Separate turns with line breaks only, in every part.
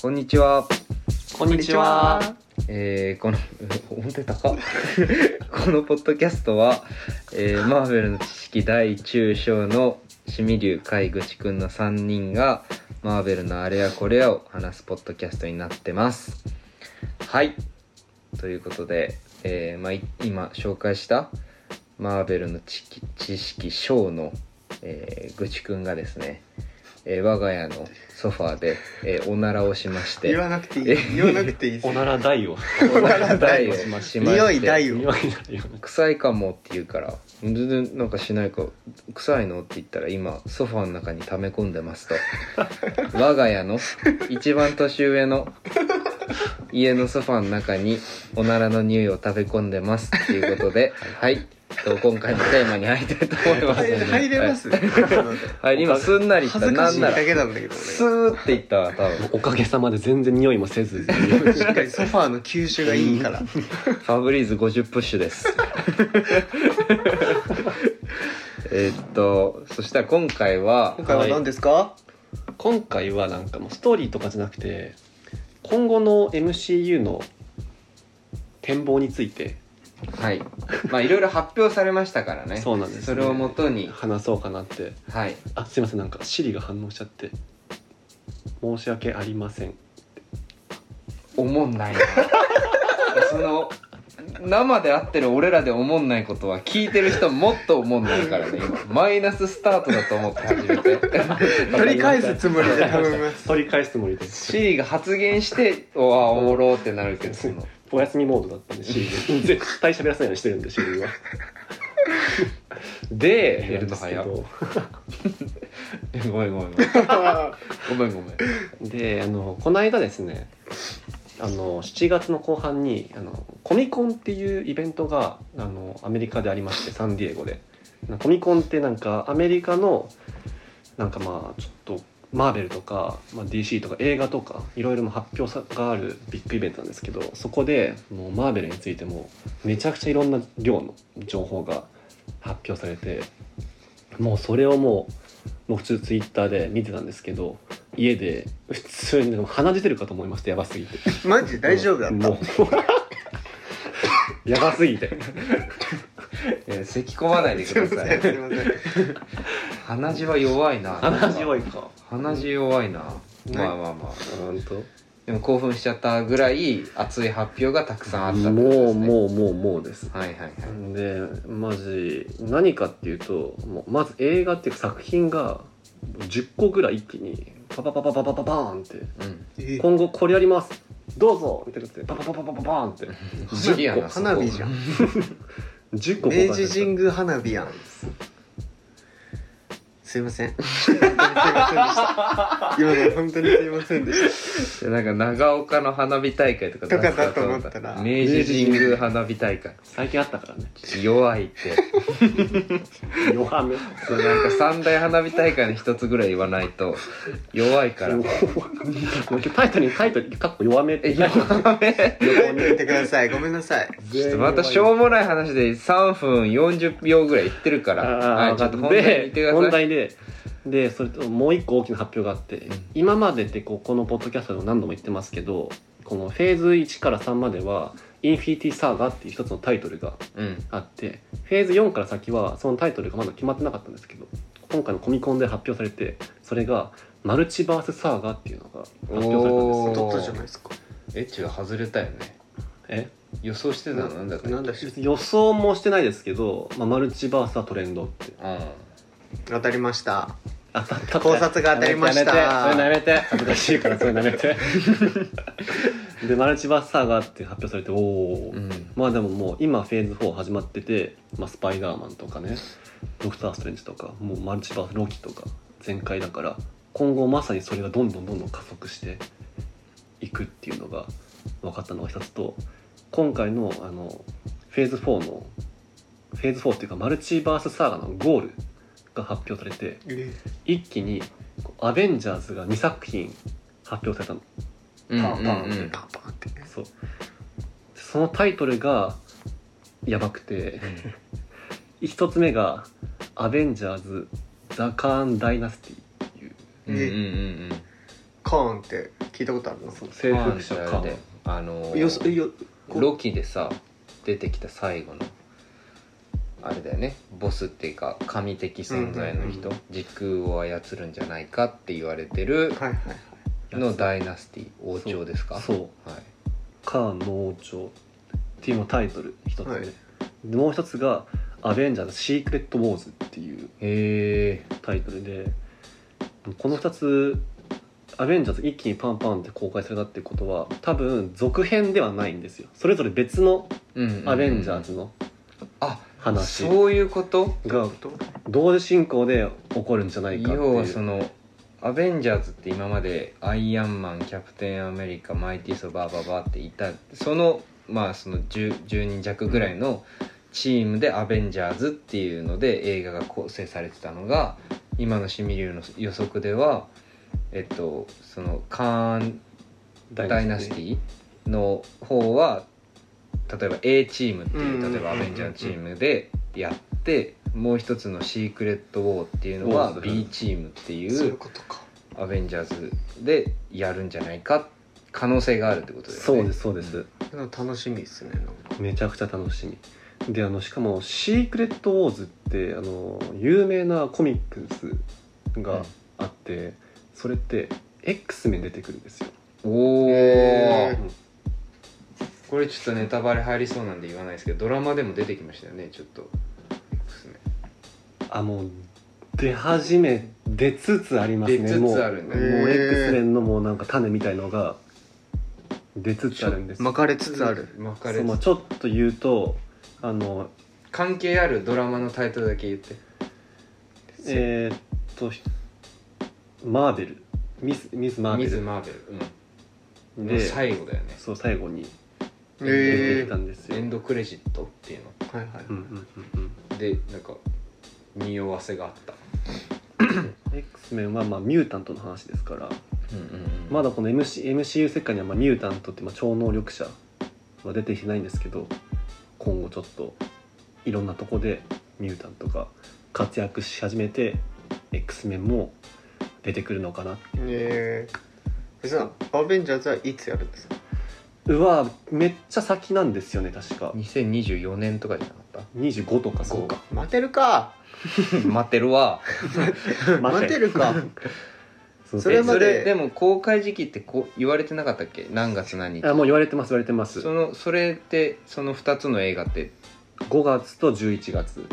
こんにちは。
こんにちは。
えー、この 本当に高っ このポッドキャストは、えー、マーベルの知識大中小のシミリュウ海口くんの3人がマーベルのあれやこれやを話すポッドキャストになってますはいということで、えーまあ、い今紹介したマーベルの知識知識小の、えー、愚痴くんがですね、えー、我が家のソファーで、えーおならをしまして
言わなくていい言わなくていいです
おなら大を。
おなら大をしまして
匂い大
匂い
を
大を。
臭いかもって言うから全然なんかしないから臭いのって言ったら今ソファーの中に溜め込んでます と我が家の一番年上の家のソファーの中におならの匂いを食べ込んでますっていうことではいと今回のテーマに入りたいと思います
入れ入れます
はい、はい今すんなりいった
恥ずか
な
し
ん
い
な
だ
ら
けなんだけど
スーっていったわ多分
おかげさまで全然匂いもせず。
俺しっかりソファーの吸収がいいから
ファブリーズ50プッシュです。えっと、そしたら今回は
今、回は何ですか
今回はなんかもうストーリーとかじゃなくて、今後の MCU の展望について
はい。まあいろいろ発表されましたからね。
そうなんですね
それをもとに、
話そうかなって。
はい。
あ、すいませんなんかシリが反応しちゃって。申し訳ありません。
思んない な。その、生で会ってる俺らで思んないことは聞いてる人もっと思んないからね、今。マイナススタートだと思って始めて。
取り返すつもりで頼みます
取り返すつもりで。
C が発言して、おあ、おもろーってなるけど、その。
お休みモードだったんで、シリで。絶対喋らせないようにしてるんで、シリ は。で、
やるの早っ
なんです
ごめんごめんご めん。ごめんごめん。
けどで、あの、この間ですね、あの、7月の後半に、あの、コミコンっていうイベントが、あの、アメリカでありまして、サンディエゴで。コミコンってなんか、アメリカの、なんかまあ、ちょっと、マーベルとか、まあ、DC とか映画とかいろいろも発表さがあるビッグイベントなんですけどそこでもうマーベルについてもめちゃくちゃいろんな量の情報が発表されてもうそれをもうもう普通ツイッターで見てたんですけど家で普通にでも鼻血出るかと思いましたやばすぎて
マジ 大丈夫だった
もう やばすぎて
えー、咳込まないです
い
く
ま
ださ
せんすい
い。
ません
鼻血は弱いな。
鼻血弱いか
鼻血弱いな。まあまあまあ。
うんと
でも興奮しちゃったぐらい熱い発表がたくさんあったってこと
も
で
う
すね。
もうもうもうです
はいはいはい。
でマジ何かっていうともうまず映画っていう作品が10個ぐらい一気にパパパパパパパバーンって
うん。
え
今後これやりますどうぞみたいなやつでパパパパパパバーンって
不思議やな。
花火じゃ
ん。
ん
10個公開
明
され
治
た
神宮花火やんすいません本当にすいませんでした今のは本当にすいませんでした
でなんか長岡の花火大会とか
とかだと思ったら
明治神宮花火大会。
最近あったからね
弱いって。
弱め
そうなんか三大花火大会の一つぐらい言わないと弱いから。
タイトルにタイトルかっこ弱めっ
え、
て
弱め
書いておいてくださいごめんなさい
ちょっとまたしょうもない話で3分40秒ぐらい言ってるから。
あ
はい、
ー
ちょっと本題に行って
で
く
本
ださい。
題ででそれともう一個大きな発表があって、
うん
今までってこうこのポッドキャストでも何度も言ってますけどこのフェーズ1から3までは「インフィニティサーガ」っていう一つのタイトルが
うん。
あってフェーズ4から先はそのタイトルがまだ決まってなかったんですけど今回のコミコンで発表されてそれが「マルチバースサーガ」っていうのが発表されたんです
おー
よ
取ったじゃないですか
え、違う、外れたよね。
え
予想してたのなんだったっけ
なんだっけ
別に予想もしてないですけど、まあ、マルチバースはトレンドって
う
当たりました
当たった
考察が当たりました
やめてやめてそれやめて恥ずかしいからそれやめて でマルチバースサーガーって発表されておお、
ん。
まあでももう今フェーズ4始まってて、まあ、スパイダーマンとかねドクター・ストレンジとかもうマルチバースロキとか全開だから今後まさにそれがどんどんどんどん加速していくっていうのが分かったのが一つと今回のあのフェーズ4のフェーズ4っていうかマルチバースサーガのゴールが発表されて一気にこうアベンジャーズが2作品発表されたの
うん
パンパン
うんうん
パンパンってね
そうそのタイトルがやばくて一つ目が「アベンジャーズ・ザ・カーン・ダイナスティ」っていう
うんうんうんうん
コーンって聞いたことあるの
そう征
マー
服
ン
者
とあ
か
れであの
よそよこ
ロキでさ出てきた最後のあれだよねボスっていうか神的存在の人、
うんうんう
時空を操るんじゃないかって言われてる
はいはいはい
のダイナスティ王朝ですか
そう
はい、
か農場っていうのタイトル一つで,、
はい
でもう一つが「アベンジャーズ・シークレット・ウォーズ」っていう
へ
タイトルでこの2つ「アベンジャーズ」一気にパンパンって公開されたってことは多分続編ではないんですよそれぞれ別の
え
「アベンジャーズ」の
あ
話
そういうこと
が
と
同時進行で起こるんじゃないかって
要
い
はそうのアベンジャーズって今までアイアンマンキャプテンアメリカマイティーソーバーバーバーっていたそのまあその 10, 10人弱ぐらいのチームでアベンジャーズっていうので映画が構成されてたのが今のシミリュウの予測ではえっとそのカーンダイナスティの方は例えば A チームって
うんうんうん
いううん例えばアベンジャーズチームでやってもう一つのシークレット・ウォーっていうのは
ウォーズ
B チームってい
そういう
う
ことか
アベンジャーズでやるんじゃないか可能性があるってことだよね
そうですそうです、
う
なんか楽しみですねなんか
めちゃくちゃ楽しみであのしかも「シークレット・ウォーズ」ってあの有名なコミックスがあって、それって X 面出てくるんですよ、
おお、
へ
これちょっとネタバレ入りそうなんで言わないですけどドラマでも出てきましたよねちょっと X メン
あもう出始め出つつありますね
出つつ
もう
あるんだ
も
ね
う
へー
X 面のもうなんか種みたいのが出つつあるんです
巻かれつつある
巻か
そ
れ
う
つ
まあちょっと言うとあの
関係あるドラマのタイトルだけ言って
えーっとひマーベルミスミス・マーベ
ミズ・
ル
マーベル、うん
で
最後だよね
そう最後に出て
へえ
きたんですよ、
エンドクレジットっていう
はいはい
うんうんうん
のでなんか匂わせがあった、
うん X メンはまあミュータントの話ですから
うんうん
まだこの MC MCU 世界にはまあミュータントってまあ超能力者は出てきてないんですけど今後ちょっといろんなとこでミュータントが活躍し始めて X メンも出てくるのかな
ええさアベンジャーズはいつやるんですか
うわめっちゃ先なんですよね確か
2024年とかじゃなかっ
25とかそうか
待て るか
た待ってるわ
待て るか
そう
それまで
でも公開時期ってこう言われてなかったっけ何月何日
あもう言われてます言われてます
そのそれってその2つの映画って
5月と11月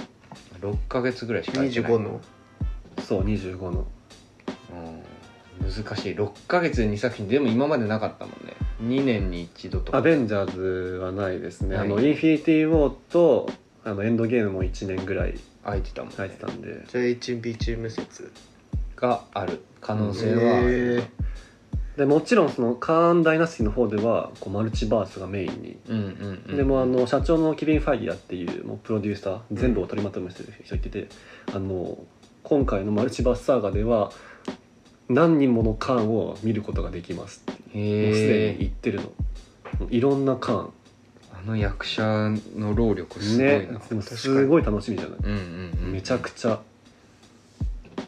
6ヶ月ぐらいしか空いてない
25の
そう25の
うん難しい6ヶ月に2作品でも今までなかったもんね2年に一度とか
アベンジャーズはないですね、
ない
あのインフィニティ・ウォーとあのエンドゲームも1年ぐらい
空いてたもんね
入ってたんで
じゃあ HB チーム説
がある可能
それ
性はある、
へ
でもちろんそのカーン・ダイナスティの方ではこうマルチバースがメインに、
うんうんうん
でもあの社長のキリン・ファイヤーっていうもうプロデューサー全部を取りまとめてる人いてて、あの今回のマルチバースサーガでは何人ものカーンを見ることができますっていうもうすでに
へえ
言ってるのもういろんなカーン
あの役者の労力すごいな、
ねでもすごい楽しみじゃない
うんうん、うん、
めちゃくちゃ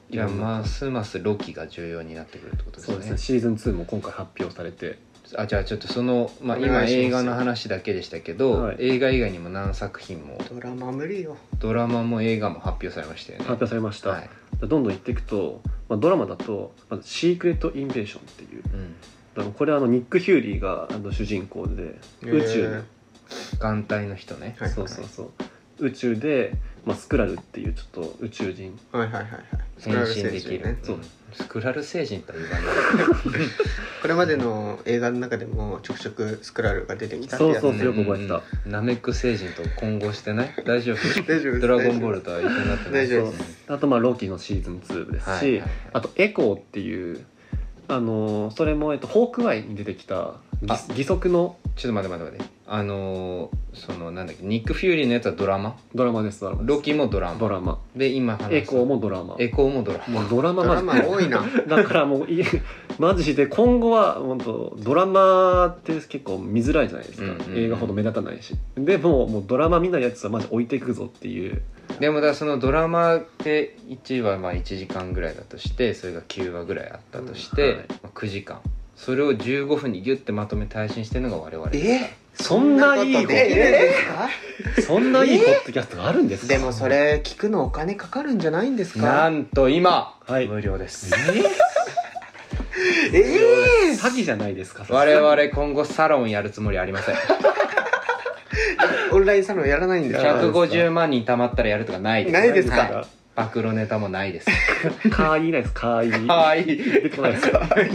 いやますますロキが重要になってくるってことです
そう
ね
ですねシーズン2も今回発表されて
あじゃあちょっとその、まあ、
お願いし
今映画
ます
の話だけでしたけど、
はい
映画以外にも何作品も
ードラマ無理よ
ドラマも映画も発表されましたよね
発表されました、
はい、
どんどん言っていくと、まあ、ドラマだと「まずシークレット・インベーション」っていう
うん、
あのこれはあのニック・ヒューリーがあの主人公で宇宙の、
眼帯の人ね、
はい
そうそうそう宇宙で、まあ、スクラルっていうちょっと宇宙人
はいはいはいはい
変身できる、
ね
そうスクラル星人とは言わない
これまでの映画の中でもちょくちょくスクラルが出てきたって
そう
やつ
そう
ね
そうよく覚えてた、
うんナメック星人と混合してない大丈夫
大丈夫です
ドラゴンボールとは一緒になってない
大丈夫
で
ですす
あとまあロキのシーズン2ですし、
はいはい
あとエコーっていうあのーそれも、えっと、ホークアイに出てきた義
あ
義足の
ちょっと待って待って待ってあのーそのなんだっけニック・フューリーのやつはドラマ
ドラマですドラマです
ロキもドラマ
ドラマ
で今話
エコーもドラマ
エコーもドラマ
もうドラマ
ドラ
マ
マ多いな
だからもういマジで今後は本当ドラマって結構見づらいじゃないですか、
うんうんうん
映画ほど目立たないしでももうドラマ見ないやつはマジ置いていくぞっていう
でもだからそのドラマで1話まあ1時間ぐらいだとしてそれが9話ぐらいあったとして、
うんはい
まあ9時間それを15分にギュッてまとめて配信してるのが我々
え
そんないい
そんなことできる
こ
んですか
とそんないいポッドキャストがあるんですか
でもそれ聞くのお金かかるんじゃないんです
な
か
んと今、
はい
無料です
え
詐欺じゃないですか
我々今後サロンやるつもりありません
オンラインサロンやらないんです
やらない
か
150万人貯まったらやるとかないです
ないですか
か
暴露ネタもないです
会員いないです会員
かわい い
出てこないですか
はい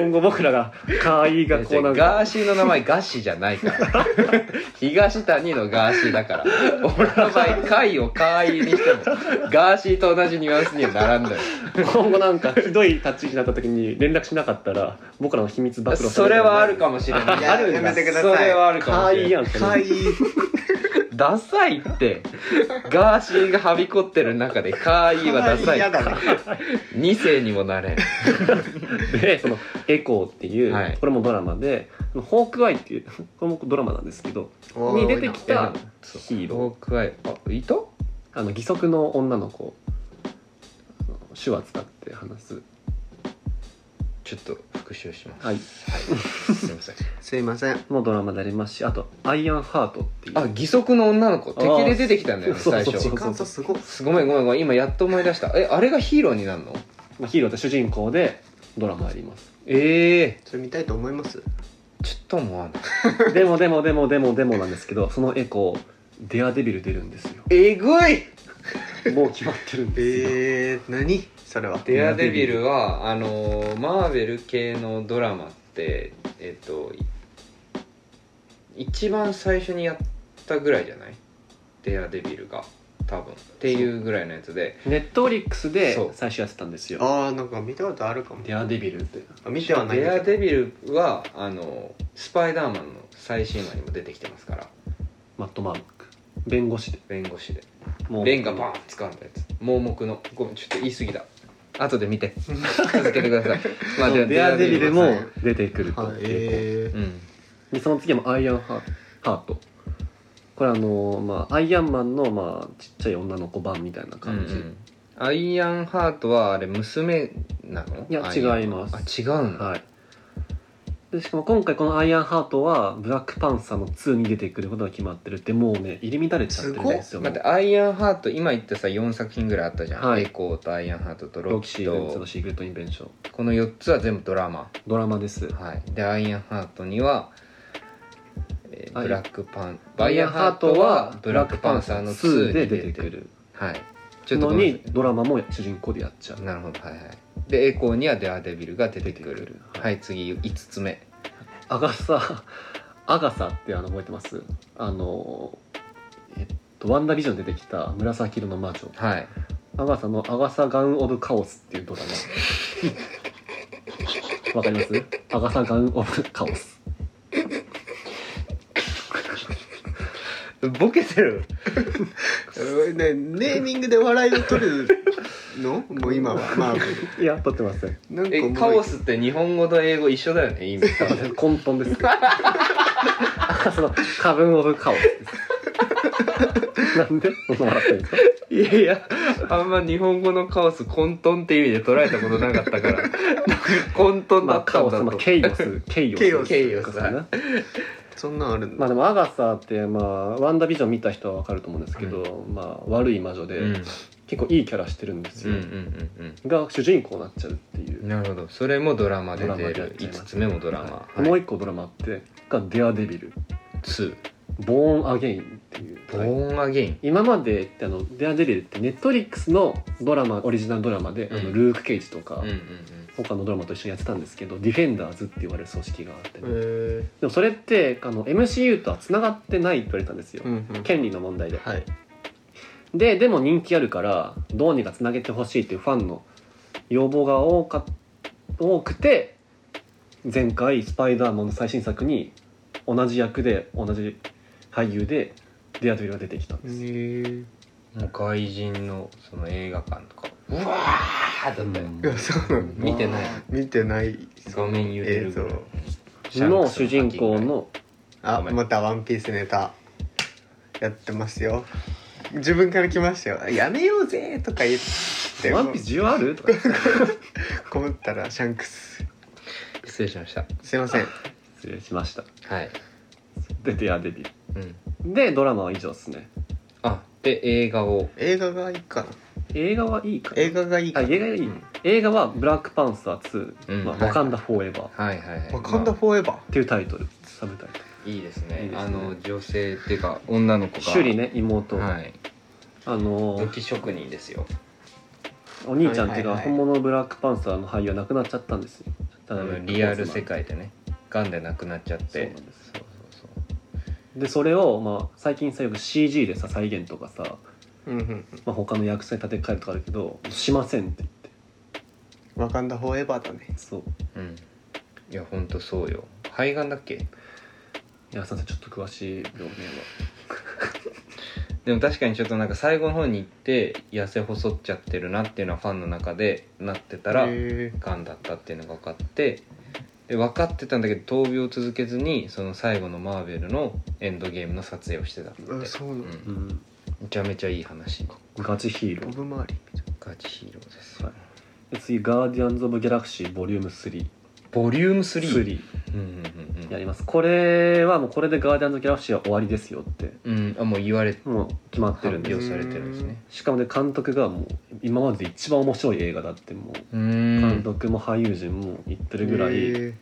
今後僕らが会員がこうなんか
ガーシーの名前ガシじゃないから 東谷のガーシーだから俺の場合会を会員にしてもガーシーと同じニュアンスにはならんのよ
今後なんかひどい立ち位置になった時に連絡しなかったら僕らの秘密暴露
それはあるかもしれない
いや
あるんだ
やめてくださ
そ
い
れはあるかもし
会
れ
員
ない
やんって
はい
ダサいってガーシーがはびこってる中で会員はダサい
嫌だね
2世にもなれん
でその「エコー」っていう、
はい
これもドラマで「ホークアイ」っていうこれもドラマなんですけどに出てき
いや
た
でもそう
ヒーロー
ロークアイあいた
あの義足の女の子あの手話使って話す
ちょっと復習します
はい
すいません
すいません
のドラマでありますしあと「アイアンハート」っていう
あ義足の女の子敵で出てきたんだよね
あー
最
そう
初
そうそう
感想すごい
ごめんごめんごめん今やっと思い出したえあれがヒーローになるの
まあヒーローって主人公でドラマあります
ええ
それ見たいと思います
ちょっと思わない
でもでもでもでもでもなんですけどそのエコーデアデビル出るんですよ
えぐい
もう決まってるんですよ、
えー何それは
デアデビルはあのーマーベル系のドラマってえっとい一番最初にやったぐらいじゃないデアデビルが多分っていうぐらいのやつで
ネットフリックスで
そう
最初やってたんですよ
あーなんか見たことあるかも
デアデビルって
あ見てはないん
デア
だ
デ
け
ビルはあのースパイダーマンの最新話にも出てきてますから
マットマーク弁護士で
弁護士で
も
レンガバーン掴んだやつ盲目のごめんちょっと言い過ぎだ後で見 て続けてくださいまあ
そう
では
デアデビル
デ
も出てくる
ど
と、
はい
で
え
うん
その次もアイアンハーハートこれあのーまあアイアンマンのまあちっちゃい女の子版みたいな感じ、
うんうんアイアンハートはあれ娘なの
いや
アイアン
違います
あ違うんだ、
はいでしかも今回この「アイアンハート」はブラックパンサーの2に出てくることが決まってるってもうね入り乱れちゃってるんですよ
待ってアイアンハート今言ったさ4作品ぐらいあったじゃん、
はい
エコーとアイアンハートと
ロ
ロ
キシ
キ
ーベンツ
と
のシークレットインベンション
この4つは全部ドラマ
ドラマです
はいでアイアンハートには、えー
はい
ブラックパン
ア
ア
イ
イ
ア
ア
ン
ン
ハ
ハ
ー
ー
ト
ト
は
は
ブ
ブ
ラ
ラ
ッ
ッ
ク
ク
パ
パ
ン
ン
サ
サ
ー
ー
の
の
2
2で
で出
出
て
て
く
く
る
はいちょっと
の
ごめん
にドラマも主人公でやっちゃう
なるほどはいはいでエコーにはデアデビルが出てく
出て
る
くる
はい次5つ目
アガサアガサってあの覚えてますあのえっとワンダービジョンで出てきた紫色の魔女
はい
アガサの「アガサ・ガン・オブ・カオス」っていうドラ マわかりますアガサ・ガン・オブ・カオス
ボケてる
ーねネーミングで笑いを取るの もう今はまあ
いや撮ってません
なんか
え
もう
カオスって日本語と英語一緒だよね意味
混沌です アガサの「カブン・オブ・カオス」ですなんでそんな笑ってるんですか
いやいやあんま日本語のカオス混沌っていう意味で捉えたことなかった からなんか混沌
ま
だ
あ、
っ
カ
たん
オ
だ
ス、
と、
まあ、ケイ オス、ケイオス。
ケイオス
ケイオス
かな
そんなんあるん
ま
だ
あでも、アガサって、まあ、ワンダービジョン見た人はわかると思うんですけど、まあ、悪い魔女で、
うん、うん
結構いいキャラしてるんです
うん
よ。
うん
が主人公になっちゃうっていうう。
んなるほどそれもドラマで
ドラマ
出
でやっ
る
ちゃいます
5つ目もドラマ、
はいもう一個ドラマあって、がデアデビル、
2
ボーンアゲインっていう。
ボーンアゲイン
今までってあのデアデビルってネットリックスのドラマオリジナルドラマで、あ
う
の
ん
ルーク・ケイジとか、
うんうん
他のドラマと一緒にやってたんですけどディフェンダーズって言われる組織があって、
えー
でもそれってあの MCU とは繋がってないって言われたんですよ、
うんうん
権利の問題で、
はい
ででも人気あるからどうにかつなげてほしいっていうファンの要望が多か多くて前回「スパイダーマン」の最新作に同じ役で同じ俳優でデアトビルが出てきたん
え
です、
ー
うんもう外人のその映画館とかうわーだったよ、
いやそうなんだ
見てない
見てない
画面言うてる
映
ぐ
像
らい
の主人公の
あ
ごめん
またワンピースネタやってますよ自分から来ましたよ「やめようぜ」とか言っ
「
て
ワンピース需要ある?」とか
こもったらシャンクス
失礼しました
すいません
失礼しました
はい
でデアデビ
うん
ルでドラマは以上ですね
あで映画を
映画がいいかな
映画はいいかな
映画がいい
あ
かな
映画がいい、
うん
映画は「ブラックパンサー2」
うん
まあ
はい
ワカンダ・フォーエバー」っ
はいはい
「わ
は
かんだフォーエバー
ていうタイトルサブタイト
いいいですね
いいですね
あの女性っていうか女の子
ル
が
シュリね妹、
はい
あの
武器職人ですよ
お兄ちゃんっていうか、
はいはいはい
本物のブラックパンサーの俳優は亡くなっちゃったんですよた
あのリアル世界でねガンで亡くなっちゃっ
そう
て
なんです
そうそう
でそれを、まあ、最近さよく CG でさ再現とかさ、
うんうん
まあ、他の役者に立て替えるとかあるけどしませんって言って
うんわかんだフォーエバーだね
そう
そううんいやほんとそうよ肺がんだっけ
矢さんちょっと詳しい病名は
でも確かにちょっとなんか最後の方に行って痩せ細っちゃってるなっていうのはファンの中でなってたら
へ
がんだったっていうのが分かってで分かってたんだけど闘病を続けずにその最後のマーベルのエンドゲームの撮影をしてたって、
ーあそうな
う
の
ん、
うん
めちゃめちゃいい話
ガチヒーロ
ボ
ー
ブ周り
ガチヒーローです、
はいで次「ガーディアンズ・オブ・ギャラクシー」ボリューム3
ボリューム3
3
うんうんうん
やりますこれはもうこれで「ガーディアンズ・オブ・ギャラクシー」は終わりですよって
うんあもう言われて
もう決まって
発
るんで
表
す
されてるんですね
しかもね監督がもう今までで一番面白い映画だっても
う
う監
ん
督も俳優陣も言ってるぐらい
へー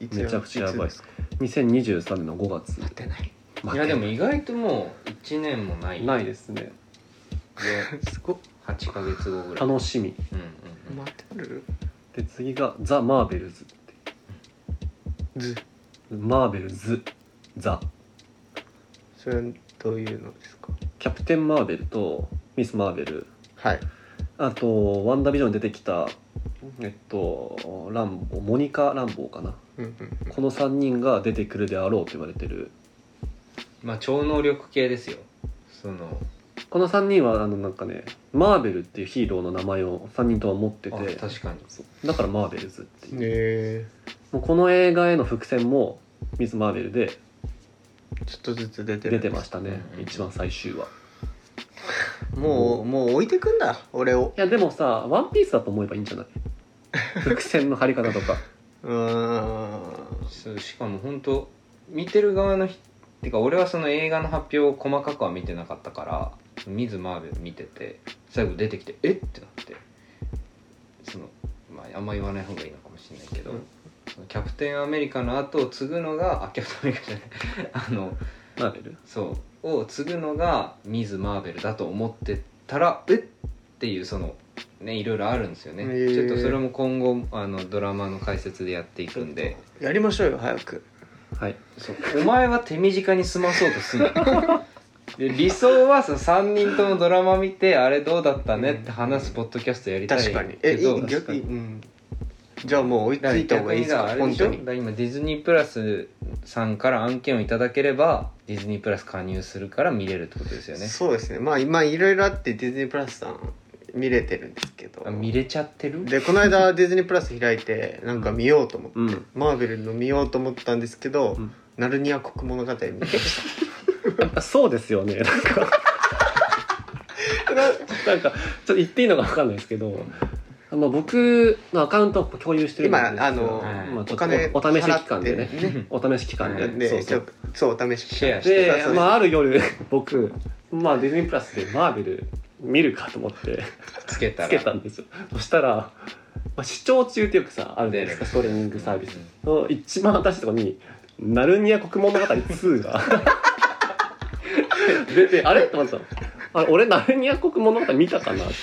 いつ
めちゃくちゃやばい
い
です2023年の5月
つ出ない
いやでも意外ともう1年もない
ないですね
です
ごっ
8ヶ月後ぐらい、
楽しみ
うんうんうん
待ってる
で次が「ザ・マーベルズ」って
ず
マーベルズ・ザ・
それはどういうのですか
キャプテン・マーベルとミス・マーベル
はい
あとワンダービジョンに出てきたえっとランボモニカ・ランボーかな
うんうんうん
この3人が出てくるであろうと言われてる
まあ超能力系ですよその
この3人はあのなんかねマーベルっていうヒーローの名前を3人とは持って
あ
て
確かに
そうだからマーベルズっていう、
え
もうこの映画への伏線もミス・マーベルで
ーちょっとずつ出てる
出てましたね
うん
一番最終話
もうもう置いてくんだ俺を
いやでもさ「ワンピースだと思えばいいんじゃない伏線の張り方 とか
うーん
そうしかも本当見てる側の人てか俺はその映画の発表を細かくは見てなかったからミズ・マーベル見てて最後出てきてえってなってそのまああんま言わない方がいいのかもしれないけど、
うん
そのキャプテンアメリカの後を継ぐのがあキャプテンアメリカじゃないあの
マーベル
そうを継ぐのがミズ・マーベルだと思ってたらえっていうそのねいろいろあるんですよね、
へー
ちょっとそれも今後あのドラマの解説でやっていくんで。
やりましょうよ早く
はい
そうお前は手短に済まそうとすんな で理想はさ3人ともドラマ見てあれどうだったねって話すポッドキャストやりたい
確かに
け
え
ど
いい
確か
逆
に
にうんじゃあもう追いつ
だから
いた方
逆
がいい
に
です
だ
か
からあれ
本
でし
当
ょ
に
だから今ディズニープラスさんから案件をいただければディズニープラス加入するから見れるってことですよね
そうですねまあ今いろいろあってディズニープラスさん見れてるんですけど
あ見れちゃってる
でこの間ディズニープラス開いてなんか見ようと思って、
うん
マーベルの見ようと思ったんですけど、
うん
ナルニア国物語見てまし
やっぱそうですよねなんか なんかちょっと言っていいのか分かんないですけどあの僕のアカウントを共有してるんです
今あの
まあち
た
ょ
お
っと
金
お試し期間でね
払ってね
お試し期間 で、
うん
で
そうそう
ちょっとそうお試し
シェアして
で、まあ、ある夜僕、まあ、ディズニープラスでマーベル見るかと思って
つけたら
つけたんですよそしたら、まあ、視聴中ってよくさあるじゃないですかストリーミングサービスの一番新しいとこに「ナルニア国物語2」が出てあれと思ってたのあれ俺ナルニア国物語見たかなって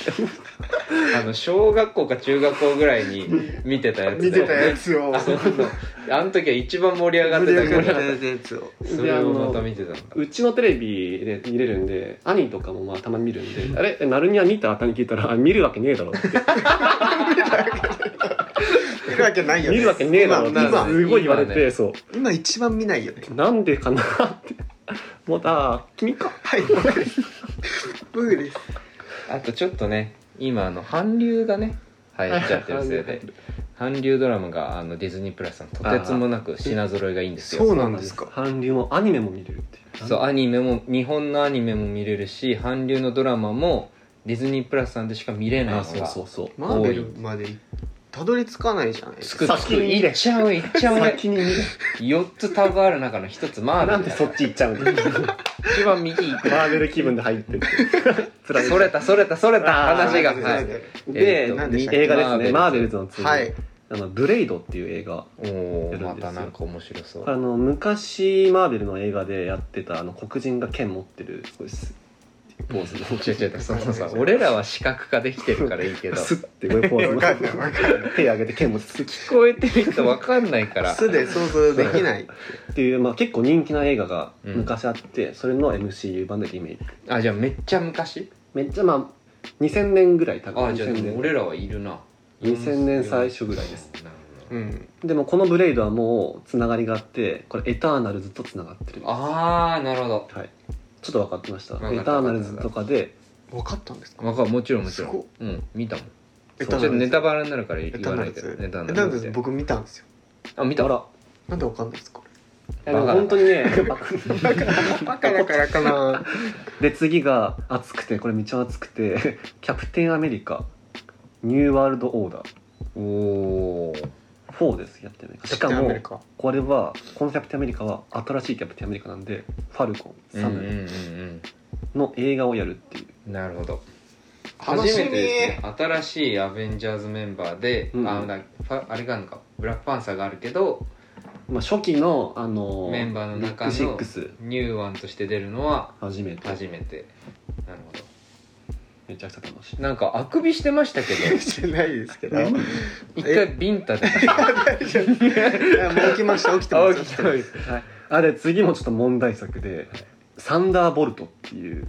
あの小学校か中学校ぐらいに見てたやつ
見てたや
つ
つを
あそうそう あの時は一番盛り上がっ
見
てた
て
ぐらい
たやつを
それをまた見てたんだ
うちのテレビで見れるんで兄とかもまあたまに見るんで「あれナルニア見た?」って兄聞いたらあ「見るわけねえだろ」って
見るわけないよね
見るわけねえだろって
今今
すごい言われ
今
てそう
今一番見ないよね
なんでかなってもうあー君か
はい僕です僕です
あとちょっとね今あの韓流がね入っちゃってるせい で韓流ドラマがあのディズニープラスさんとてつもなく品揃えがいいんですよ
そうなんですか
韓流もアニメも見れるっていう
そうアニメも日本のアニメも見れるし韓流のドラマもディズニープラスさんでしか見れないの
あ
が
そうそうそう
マーベルまで行ったどり着かないじゃないです
つ
か
くつ
先
く
に
いっちゃういっちゃうね
先に見る
4つタブある中の1つマーベ
な
ル
んでそっち行っちゃうんだよ
一番右行
マーベル気分で入ってる
くそれたそれたそれた
あー
話が
ず
は
れ
い
てる
で、
えー
と何でしたっけ
映画ですねマ
マ
ー
ー
ベ
ベ
ル
ル
ズの次、
はい
あのブレイドっていう映画
お
や
お
るん
ま
ですよ
たなんか面白そ
これあ
う
の昔マーベルの映画でやってたあの黒人が剣持ってるすごいスポーズの
違う違うそのさ俺らは視覚化できてるからいいけ ど
スッてこういうポーズ
わかんないわかんない
手上げて剣持つ
聞こえてる人わかんないから
素で想像できない
っていう、まあ、結構人気な映画が
うん
昔あって、それの MCU 版でリメイク
あじゃあめっちゃ昔
めっちゃまあ2000年ぐらい多分
あじゃあ
2000
でも
年
俺らはいるな
2000年最初ぐらいです
なるほ
う
ど
ん
でもこのブレイドはもうつながりがあってこれエターナルズとつながってる
ああなるほど
はい、ちょっと分かってました
分かった
エターナルズとかで
分かったんですか
わかるもちろんもちろ
すごい
んうん見たもん
エ
ちょ
タ
っと
ーナルズ
ネタバレになるから
エ
言
ター
わ
ナ
ない
ル
け
ズ
ど
エ
ネ
タ
タ
ーナルズ
って
僕見たんですよ
あ見
あ
た
ら
なんでわかんないですか
いやでも
バカだな
本当にね
バカだからかな
で次が熱くてこれめっちゃ熱くてキャプテンアメリカニューワールドオーダー
おおー
4ですやってねし
キャプ
か
テンア
も
メリカ
これはこのキャプテンアメリカは新しいキャプテンアメリカなんでファルコンサ
うんうんう
ム
ん
の映画をやるっていう、
うんなるほど初
楽し
め
み
てですね新しいアベンジャーズメンバーで、
うん
あなファあれがあるのかブラックパンサーがあるけど
まあ、初期のあの
メンバーの中の
ビッグシックス
ニューワンとして出るのは
初めて
初めてなるほ
めちゃくちゃ楽しい
どなんかあくびしてましたけ ど
してないですけど
うん
一回ビンタで
いやもう起きました起きて ます起きてます
はい、あで次もちょっと問題作で「サンダーボルト」っていう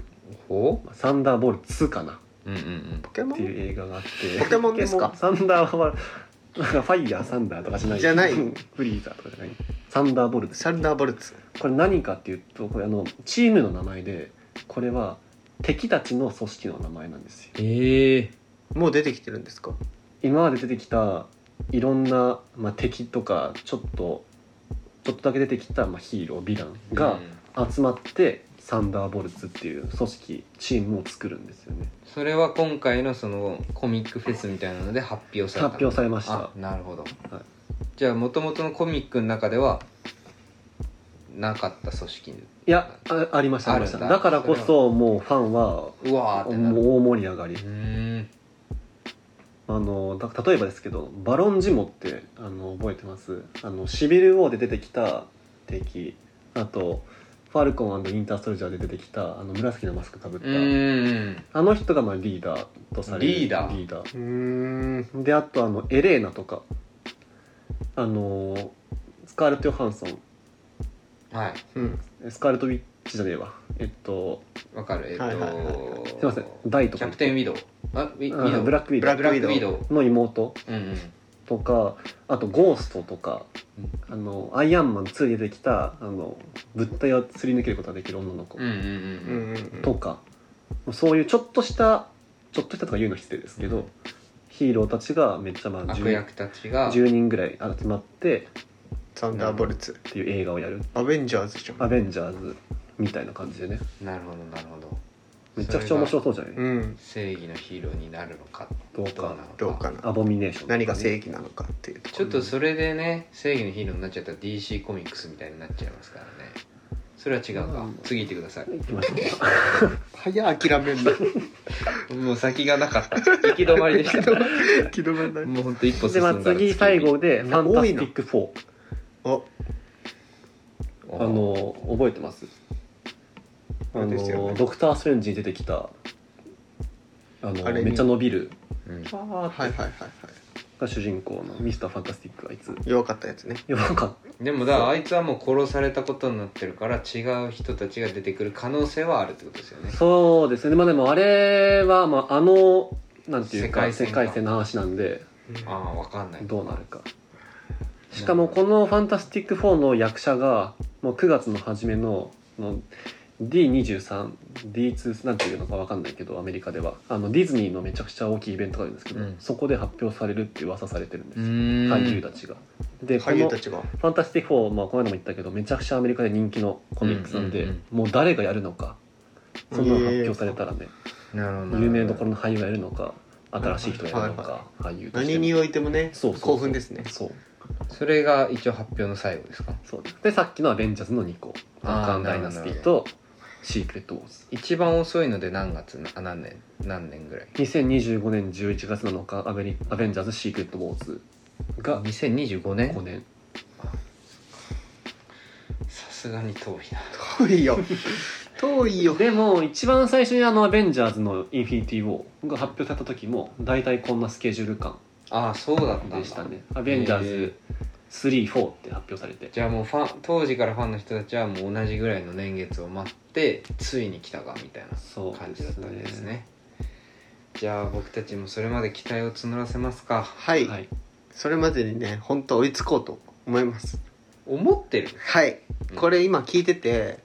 ほ
「サンダーボルト2」かな
ううんうんうん
ポケモ
って
ン
いう映画があって
ポケモンですか
サンダーはなんかファイヤーサンダーとかじゃない
じゃない
フリーザーとかじゃないサンダーボルト
サンダーボルツ
これ何かっていうとこれあのチームの名前でこれは敵たちの組織の名前なんですよ
ええ
もう出てきてるんですか
今まで出てきたいろんな、まあ、敵とかちょっとちょっとだけ出てきた、まあ、ヒーローヴィランが集まって、サンダーボルツっていう組織チームを作るんですよね
それは今回のそのコミックフェスみたいなので発表された
発表されました
あなるほど、
はい
じゃあもともとのコミックの中ではなかった組織
いやあありましたありました
あるん
だ
だ
からこそもうファンは
うわーってな
も
る
う大盛り上がり
うーん
あのた例えばですけどバロンジモってあの覚えてますあのシビルウォーで出てきた敵あとファルコンインターソルジャーで出てきたあの紫のマスクかぶっ
う
た、
ーん
あの人がまあリーダーとされる
リーダー
リーダー
うーん
であとあのエレーナとかあのスカーレット・ヨハンソン
はい
うん
スカーレット・ウィッチじゃねえわえっと
わかるえっと、
はいはいは
すいませんダイと
キ
か
ャプテンウィドウあウィウィ
あ
ドウ
ブラック・ウ
ブ
ィド
ラ
ウ
ッ
ブ
ク
ラ
ウ
ッ
ィ
ク
ド
ウ
ウ
ィドウ
の妹
うんうん
とかあとゴーストとか、あのアイアンマン2に出てきたあの物体をすり抜けることができる女の子、
うんうん
う
うん
んうん
とかそういうちょっとしたちょっとしたとか言うの失礼ですけど、
うん
ヒーローたちがめっちゃまあ
うん悪
10,
役たちが
10人ぐらい集まって
サンダーボルツ
っていう映画をやる
アベンジャーズじゃん
アベンジャーズみたいな感じでね
なるほどなるほど
めちゃくちゃ面白そうじゃない、
うん
正義のヒーローになるのか
どう
どうなの
か
か
どうかな
アボミネーションとかね、
何が正義なのかっていうと
ちょっとそれでね正義のヒーローになっちゃったら DC コミックスみたいになっちゃいますからねそれは違うか、
うん
次行ってくださ
行きましょうか
早諦めんな
いもう先がなかった 行き止まりで した
気止めない
もうほんと一 歩
で
進ん
ま
だ
あ
ら
次最後で「ファンタ
多い
ステ
な
ィック4」
お
あ
あの覚えてますあ
あれですよ
の
ね
ドクター・ストレンジに出てきたあの
あれに
めっちゃ伸びる
うん
はいはいはいは
が主人公のミスター・ファンタスティックあいつ
い弱かったやつね
よかっ
でもだからあいつはもう殺されたことになってるから違う人たちが出てくる可能性はあるってことですよね
たそうですねまあでもあれは、まあ、あのなんていうか世界
世界線か
線の話なんで
ああ分かんない
どうなるかしかもこの「ファンタスティック4」の役者がもう9月の初めのの D23D2 なんていうのかわかんないけどアメリカではあのディズニーのめちゃくちゃ大きいイベントがあるんですけど、
うん
そこで発表されるって噂されてるん
う
ですよ、
ーん
俳優たちが。でこ
俳優
の
たちが
ファンタスティック4、まあ、この間も言ったけどめちゃくちゃアメリカで人気のコミックスなんで、
うんうん
もう誰がやるのかそんなの発表されたらね、
なるほど
有名どころの俳優がやるのか新しい人やるのか俳優として
何
も
においてもね
そうそうそう
興奮ですね
そう
それが一応発表の最後ですか
そうでさっきの「アベンジャーズ」の2個「
あー
アカンダイナスティ」と「シークレット・ウォーズ
一番遅いので何月なあ何年何年ぐらい」
2025年11月7日アベリ「アベンジャーズ・シークレット・ウォーズ」が
2025年
5年
さすがに遠いな
遠いよ遠いよ
でも一番最初にあの「アベンジャーズ」の「インフィニティ・ウォー」が発表された時も大体こんなスケジュール感
ああそうだったんだ
でしたね「アベンジャーズ34」って発表されて
じゃあもうファン当時からファンの人たちはもう同じぐらいの年月を待ってついに来たかみたい
そ
な
う
感じだったんですねじゃあ僕たちもそれまで期待を募らせますか
はい、
はい
それまでにね本当追いつこうと思います
思ってる
はい、
うん
これ今聞いてて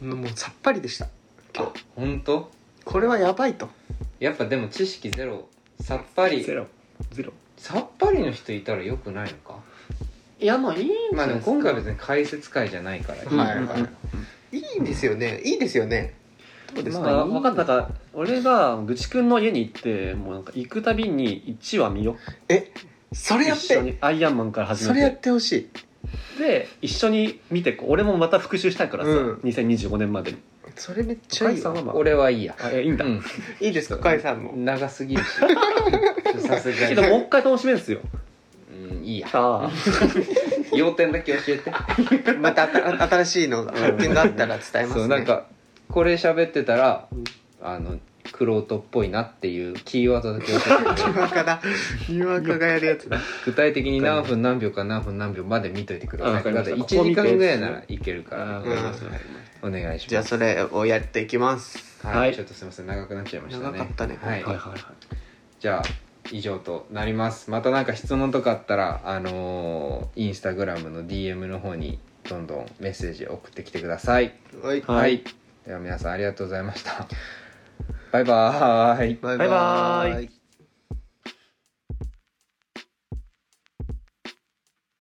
もうさっぱりでした
あ本当
これはやばいと
やっぱでも知識ゼロさっぱり
ゼロゼロ
さっぱりの人いたらよくないのか
いやまあいいんじゃ
まあ
な
でも
いですか
今回は別に解説会じゃないから、
うん
はい
うん
はいいいんですよねいいですよねどうですか、
まあ、分かったか俺がぐちくんの家に行ってもうなんか行くたびに1話見よ
それやっ
一緒
て
にアイアンマンから始
それや
め
ってほしい
てで一緒に見てこう俺もまた復習したいからさ、
うん
2025年までに
それめっちゃ
甲
い
斐
い
さんは
よ
まあ
俺はいいや、
あえいいんだ、
う
いいですかかいさんも
ん、長すぎ るしさすが
け
に
どもう一回楽しめるんですよ
うんいいや
あ
要点だけ教えて
またあた新しいの発見があったら伝えますね
そうなん かこれ喋ってたら
うん
あのクロートっぽいなっていうキーワードだけ教えてく
に
れる
わかだにわかがやるやつだ
具体的に何分何秒か何分何秒まで見といてくだ
あ
さ
わ
い
かり
だ
ま
っ
してた
1時
ここ見て
間ぐらいならいけるか
あわ
ら
かりました
うん
お願いし
じゃ
ま
あ
す
それをやっていきます
は
はいい
ちょっとすいません長くなっちゃいましたね
長かったね
はい
はいはいはい
じゃあ以上となりますまたなんか質問とかあったらあのーインスタグラムの DM の方にどんどんメッセージ送ってきてください
はい
はい
では皆さんありがとうございましたバイバーイ
バ
バイバーイ
イ